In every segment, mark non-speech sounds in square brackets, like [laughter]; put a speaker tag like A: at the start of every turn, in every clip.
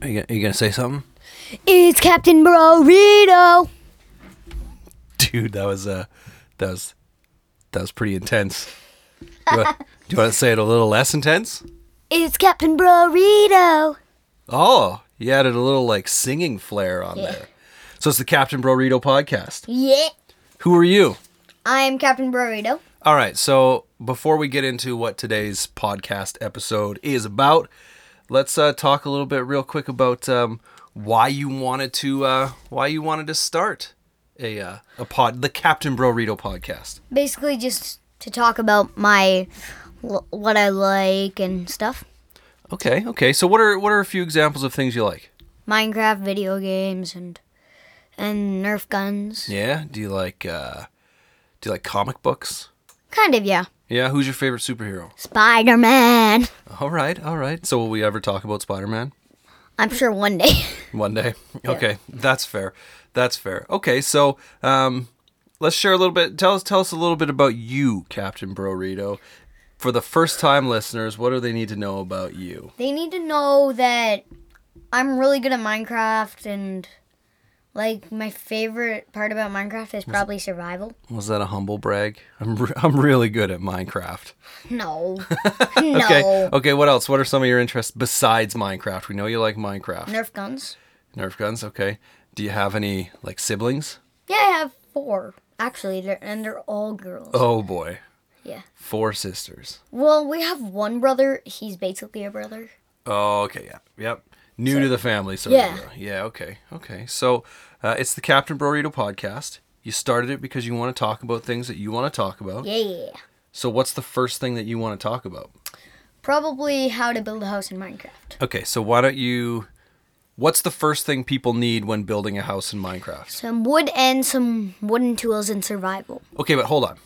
A: Are you, are you gonna say something?
B: It's Captain Burrito.
A: [laughs] Dude, that was uh, that was that was pretty intense. Do [laughs] you, want, do you want to say it a little less intense?
B: It's Captain Burrito.
A: Oh, you added a little like singing flair on there. So it's the Captain Burrito podcast.
B: Yeah.
A: Who are you?
B: I am Captain Burrito.
A: All right, so before we get into what today's podcast episode is about, let's uh, talk a little bit real quick about um, why you wanted to uh, why you wanted to start a uh, a pod the Captain Burrito podcast.
B: Basically, just to talk about my l- what I like and stuff.
A: Okay, okay. So what are what are a few examples of things you like?
B: Minecraft video games and and Nerf guns.
A: Yeah. Do you like uh, do you like comic books?
B: Kind of, yeah.
A: Yeah. Who's your favorite superhero?
B: Spider Man.
A: All right, all right. So will we ever talk about Spider Man?
B: I'm sure one day. [laughs]
A: One [laughs] day. Okay, that's fair. That's fair. Okay, so um, let's share a little bit. Tell us, tell us a little bit about you, Captain Burrito. For the first time listeners, what do they need to know about you?
B: they need to know that I'm really good at Minecraft and like my favorite part about Minecraft is probably survival.
A: Was that a humble brag? I'm re- [laughs] I'm really good at Minecraft.
B: No.
A: Okay.
B: no.
A: Okay. What else? What are some of your interests besides Minecraft? We know you like Minecraft.
B: Nerf guns.
A: Nerf guns. Okay. Do you have any like siblings?
B: Yeah, I have four actually, they're, and they're all girls.
A: Oh boy,
B: Yeah.
A: four sisters.
B: Well, we have one brother. He's basically a brother.
A: Oh, okay, yeah, yep. New to the family, so
B: Yeah.
A: yeah, yeah, okay, okay. So uh, it's the Captain Burrito podcast. You started it because you want to talk about things that you want to talk about.
B: Yeah.
A: So what's the first thing that you want to talk about?
B: Probably how to build a house in Minecraft.
A: Okay, so why don't you? What's the first thing people need when building a house in Minecraft?
B: Some wood and some wooden tools and survival.
A: Okay, but hold on.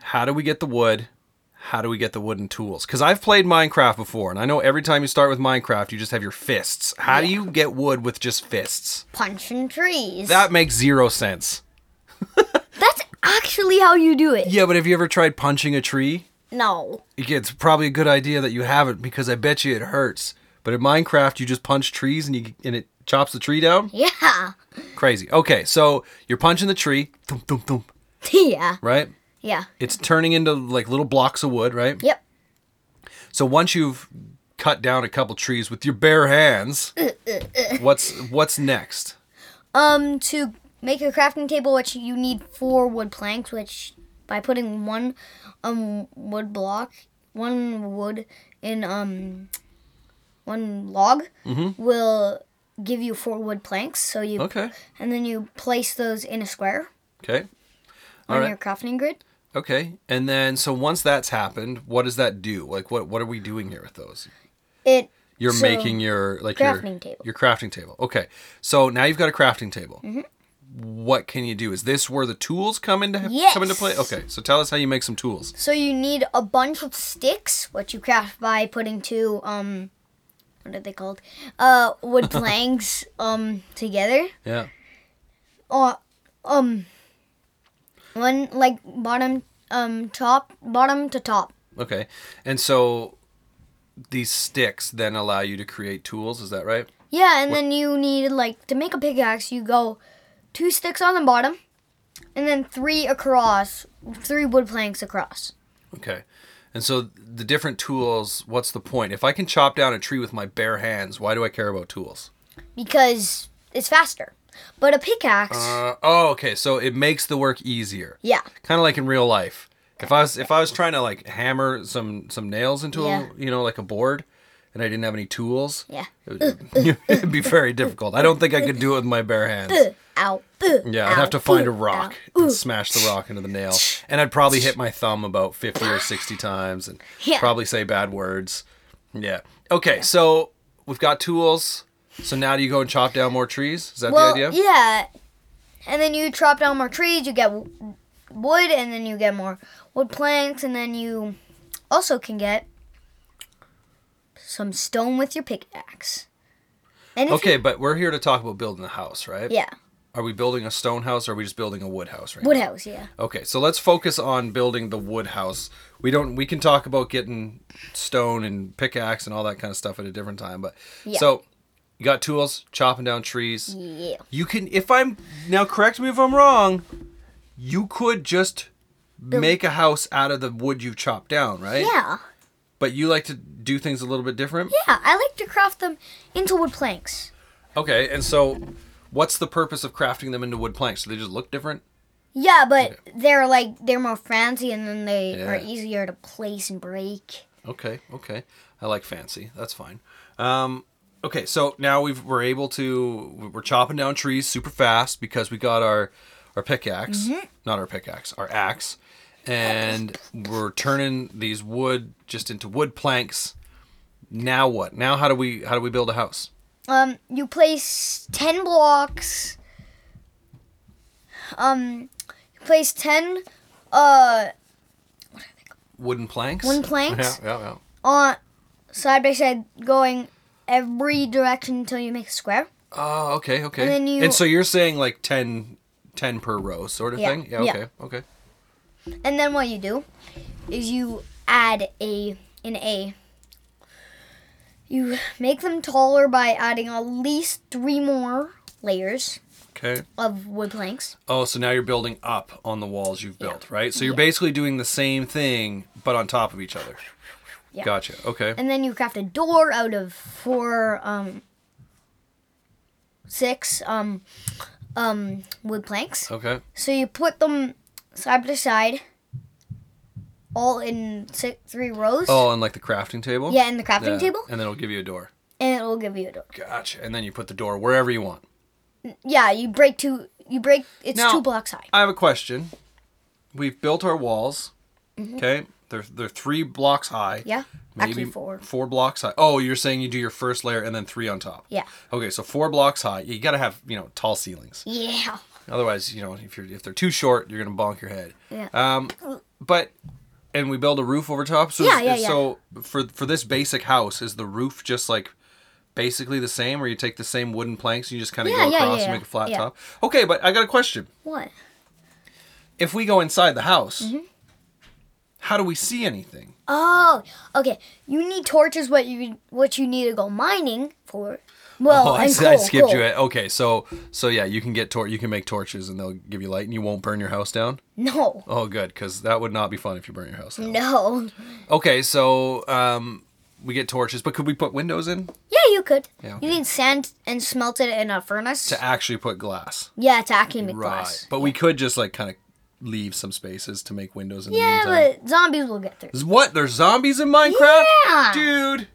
A: How do we get the wood? How do we get the wooden tools? Because I've played Minecraft before, and I know every time you start with Minecraft, you just have your fists. How do you get wood with just fists?
B: Punching trees.
A: That makes zero sense.
B: That's actually how you do it.
A: Yeah, but have you ever tried punching a tree?
B: No.
A: It's probably a good idea that you haven't because I bet you it hurts. But in Minecraft, you just punch trees and you and it chops the tree down.
B: Yeah. [laughs]
A: Crazy. Okay, so you're punching the tree, thump thump thump,
B: yeah.
A: right?
B: Yeah.
A: It's turning into like little blocks of wood, right?
B: Yep.
A: So once you've cut down a couple trees with your bare
B: [laughs]
A: hands, what's what's next?
B: Um, to make a crafting table, which you need four wood planks, which by putting one um wood block, one wood in um one log will give you four wood planks. So you
A: Okay.
B: and then you place those in a square
A: Okay.
B: on
A: Alright.
B: your crafting grid.
A: Okay. And then so once that's happened, what does that do? Like what what are we doing here with those?
B: It
A: You're
B: so-
A: making your like your-
B: crafting table. Mm-hmm.
A: Your crafting table. Okay, so now you've got a crafting table. What can you do? Is this where the tools come into come into play?
B: Yes.
A: Okay, so tell us how you make some tools.
B: So you need a bunch of sticks, which you craft by putting two um what are they called? Uh wood planks um together.
A: Yeah.
B: Or um one like bottom um top bottom to top.
A: Okay, and so these sticks then allow you to create tools. Is that right?
B: Yeah, and then you need like to make a pickaxe, you go two sticks on the bottom and then three across, three wood planks across.
A: Okay. And so the different tools, what's the point? If I can chop down a tree with my bare hands, why do I care about tools?
B: Because it's faster. But a pickaxe,
A: Uh, oh, okay. So it makes the work easier.
B: yeah.
A: kind of like in real life. If I was if I was trying to like hammer some some nails into
B: Yeah.
A: a you know like a board, and I didn't have any tools,
B: Yeah.
A: it would [laughs] it'd be very difficult. I don't think I could do it with my bare hands.
B: Ow.
A: Yeah, I'd have to find a rock and smash the rock into the nail, and I'd probably hit my thumb about fifty or sixty times, and
B: Yeah.
A: probably say bad words. Yeah. Okay, so we've got tools. So now do you go and chop down more trees? Is that
B: Well,
A: the idea?
B: yeah. And then you chop down more trees, you get w- wood, and then you get more wood planks, and then you also can get some stone with your pickaxe. And if
A: Okay, but we're here to talk about building a house, right?
B: You, yeah.
A: Are we building a stone house or are we just building a wood house right
B: Wood
A: now?
B: house, yeah.
A: Okay, so let's focus on building the wood house. We don't we can talk about getting stone and pickaxe and all that kind of stuff at a different time, but
B: Yeah.
A: so You got tools, chopping down trees.
B: Yeah.
A: You can, if I'm now, correct me if I'm wrong. You could just make a house out of the wood you've chopped down, right?
B: Yeah.
A: But you like to do things a little bit different.
B: Yeah, I like to craft them into wood planks.
A: Okay, and so, what's the purpose of crafting them into wood planks? Do they just look different?
B: Yeah, but they're like they're more fancy and then they are
A: Yeah.
B: easier to place and break.
A: Okay, okay. I like fancy. That's fine. Um, okay, so now we've we're able to we're chopping down trees super fast because we got our our pickaxe,
B: Mm-hmm.
A: not our pickaxe, our axe, and we're turning these wood just into wood planks. Now what? Now how do we how do we build a house?
B: Um, you place ten blocks. Um, you place ten uh
A: Wooden planks.
B: Wooden planks?
A: Yeah, yeah, yeah.
B: on side by side going every direction until you make a square.
A: Oh, okay, okay.
B: And then you-
A: so you're saying like 10, 10 per row sort of
B: Yeah,
A: thing? Yeah,
B: yeah.
A: okay, okay.
B: And then what you do is you add a an A. You make them taller by adding at least three more layers
A: Okay.
B: of wood planks.
A: Oh, so now you're building up on the walls you've built, right? So you're basically doing the same thing, but on top of each other.
B: Yeah.
A: Gotcha. Okay.
B: And then you craft a door out of four um six um um wood planks.
A: okay.
B: So you put them side by side all in six, three rows.
A: Oh, and like the crafting table?
B: Yeah, in the crafting
A: Yeah,
B: table
A: And then it'll give you a door.
B: and it will give you a door.
A: Gotcha. And then you put the door wherever you want.
B: Yeah, you break two. You break. It's
A: Now-
B: two blocks high.
A: I have a question. We've built our walls. Okay. They're they're three blocks high.
B: Mm-hmm. Yeah.
A: Maybe
B: Actually, four.
A: Four blocks high. Oh, you're saying you do your first layer and then three on top.
B: Yeah.
A: Okay, so four blocks high. You gotta have, you know, tall ceilings.
B: Yeah.
A: Otherwise, you know, if you're if they're too short, you're gonna bonk your head.
B: Yeah.
A: Um, but and we build a roof over top. So
B: Yeah,
A: is-
B: yeah,
A: So for for this basic house, is the roof just like basically the same, or you take the same wooden planks and you just kind of
B: Yeah,
A: go
B: yeah,
A: across
B: yeah,
A: and make a flat
B: yeah.
A: top? Okay, but I got a question.
B: what?
A: If we go inside the house,
B: Mm-hmm.
A: how do we see anything?
B: Oh, okay. You need torches. What you what you need to go mining for?
A: [laughs]
B: Well,
A: Oh, I,
B: Oh, and
A: s- I
B: coal,
A: skipped
B: coal.
A: you. at- Okay, so so yeah, you can get tor- you can make torches and they'll give you light and you won't burn your house down.
B: No,
A: Oh, good, because that would not be fun if you burn your house down.
B: no.
A: Okay, so um, we get torches, but could we put windows in
B: Yeah, you could.
A: Yeah,
B: You need sand and smelt it in a furnace.
A: to actually put glass?
B: yeah, to actually make
A: Right,
B: glass.
A: but we could just like kind of leave some spaces to make windows in
B: Yeah,
A: the meantime.
B: but zombies will get through.
A: Is- What? There's zombies in Minecraft,
B: Yeah.
A: dude.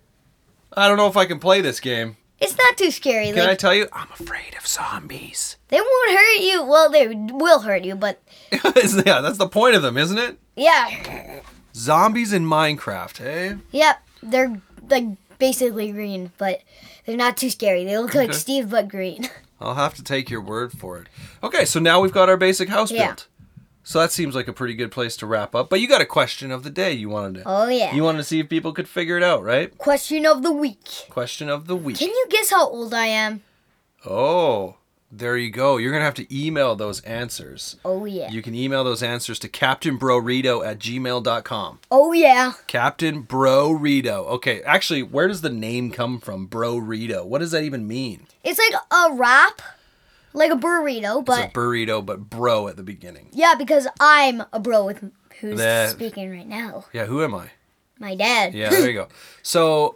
A: I don't know if I can play this game.
B: It's not too scary.
A: Can I
B: Like
A: tell you? I'm afraid of zombies. [laughs]
B: they won't hurt you. Well, they will hurt you, but
A: yeah, that's the point of them, isn't it?
B: yeah,
A: Zombies in Minecraft, eh?
B: yep. They're like basically green, but they're not too scary. They look like
A: Okay.
B: Steve, but green. [laughs]
A: I'll have to take your word for it. Okay, so now we've got our basic house
B: Yeah.
A: built. So that seems like a pretty good place to wrap up. But you got a question of the day you wanted to
B: Oh yeah.
A: You wanted to see if people could figure it out, right?
B: Question of the week.
A: Question of the week.
B: Can you guess how old I am?
A: Oh, there you go. You're going to have to email those answers.
B: Oh yeah.
A: You can email those answers to captainbrorito at gmail.com.
B: oh yeah.
A: Captain Bro Rito. Okay, actually, where does the name come from, Bro Rito? What does that even mean?
B: It's like a wrap, like a burrito,
A: It's
B: but
A: a burrito, but bro at the beginning.
B: yeah, because I'm a bro with who's
A: That-
B: speaking right now.
A: Yeah, who am I?
B: My dad. [gasps]
A: Yeah, there you go. So,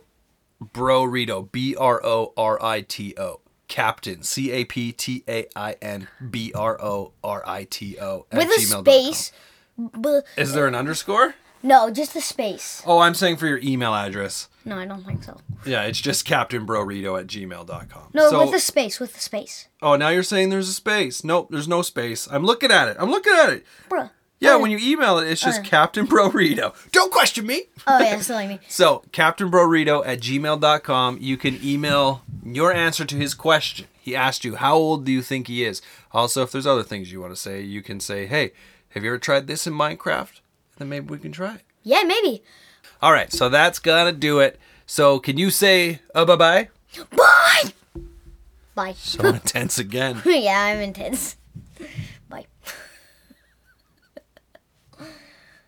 A: Bro Rito, B R O R I T O. Captain, C A P T A I N B R O R I T O. at
B: With a
A: gmail.com.
B: space. B-
A: Is there an underscore?
B: no, just a space.
A: Oh, I'm saying for your email address.
B: No, I don't think so.
A: Yeah, it's just captainbrorito at gmail.com.
B: No,
A: so,
B: with a space, with a space.
A: Oh, now you're saying there's a space. Nope, there's no space. I'm looking at it. I'm looking at it.
B: Bruh.
A: Yeah, when you email it, it's just Captain Brorito. Don't question me.
B: Oh yeah, it's like me.
A: So, CaptainBroRito at gmail.com. You can email your answer to his question. He asked you, How old do you think he is? Also, if there's other things you want to say, you can say, Hey, have you ever tried this in Minecraft? Then maybe we can try it.
B: Yeah, maybe.
A: All right, so that's going to do it. So, can you say uh, bye bye?
B: Bye. [laughs] Bye.
A: [laughs] So intense again.
B: yeah, I'm intense.